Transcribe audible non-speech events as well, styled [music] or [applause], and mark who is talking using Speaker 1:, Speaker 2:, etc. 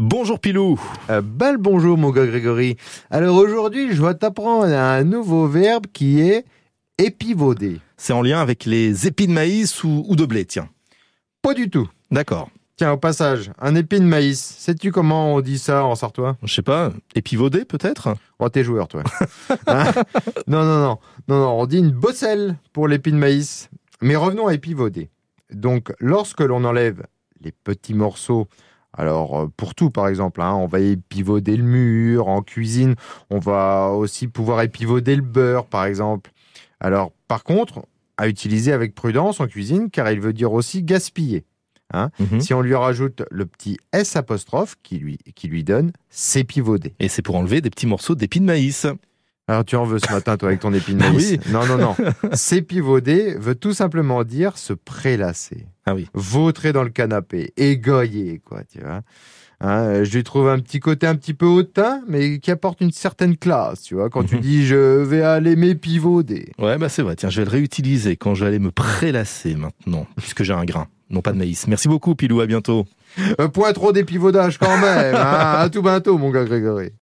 Speaker 1: Bonjour Pilou
Speaker 2: Euh, bel bonjour mon gars Grégory. Alors aujourd'hui, je vais t'apprendre un nouveau verbe qui est épivauder.
Speaker 1: C'est en lien avec les épis de maïs ou, ou de blé, tiens.
Speaker 2: Pas du tout.
Speaker 1: D'accord.
Speaker 2: Tiens, au passage, un épi de maïs. Sais-tu comment on dit ça en sartois
Speaker 1: Je sais pas, épivaudé peut-être
Speaker 2: Oh, t'es joueur, toi. [laughs] Hein non, non, non, non, non. On dit une bosselle pour l'épi de maïs. Mais revenons à épivauder. Donc, lorsque l'on enlève les petits morceaux, alors euh, pour tout par exemple, hein, on va épivauder le mur, en cuisine, on va aussi pouvoir épivauder le beurre par exemple. Alors, par contre, à utiliser avec prudence en cuisine, car il veut dire aussi gaspiller.
Speaker 1: Mhm.
Speaker 2: Si on lui rajoute le petit S apostrophe qui lui, qui lui donne, c'est pivauder.
Speaker 1: Et c'est pour enlever des petits morceaux d'épis de maïs.
Speaker 2: Alors tu en veux ce matin toi avec ton épine
Speaker 1: Bah
Speaker 2: maïs. Non
Speaker 1: [laughs]
Speaker 2: non non. S'épivauder veut tout simplement dire se prélasser,
Speaker 1: Ah oui.
Speaker 2: vautrer dans le canapé, égoyer quoi, tu vois. Hein, euh, je lui trouve un petit côté un petit peu hautain, mais qui apporte une certaine classe, tu vois. Quand
Speaker 1: [laughs]
Speaker 2: tu
Speaker 1: Mhm.
Speaker 2: dis je vais aller m'épivauder.
Speaker 1: Ouais, bah c'est vrai, tiens, je vais le réutiliser quand je vais aller me prélasser maintenant, puisque j'ai un grain, non pas de maïs. Merci beaucoup Pilou, à bientôt
Speaker 2: Euh, point trop d'épivaudage quand même. hein. à tout bientôt mon gars Grégory.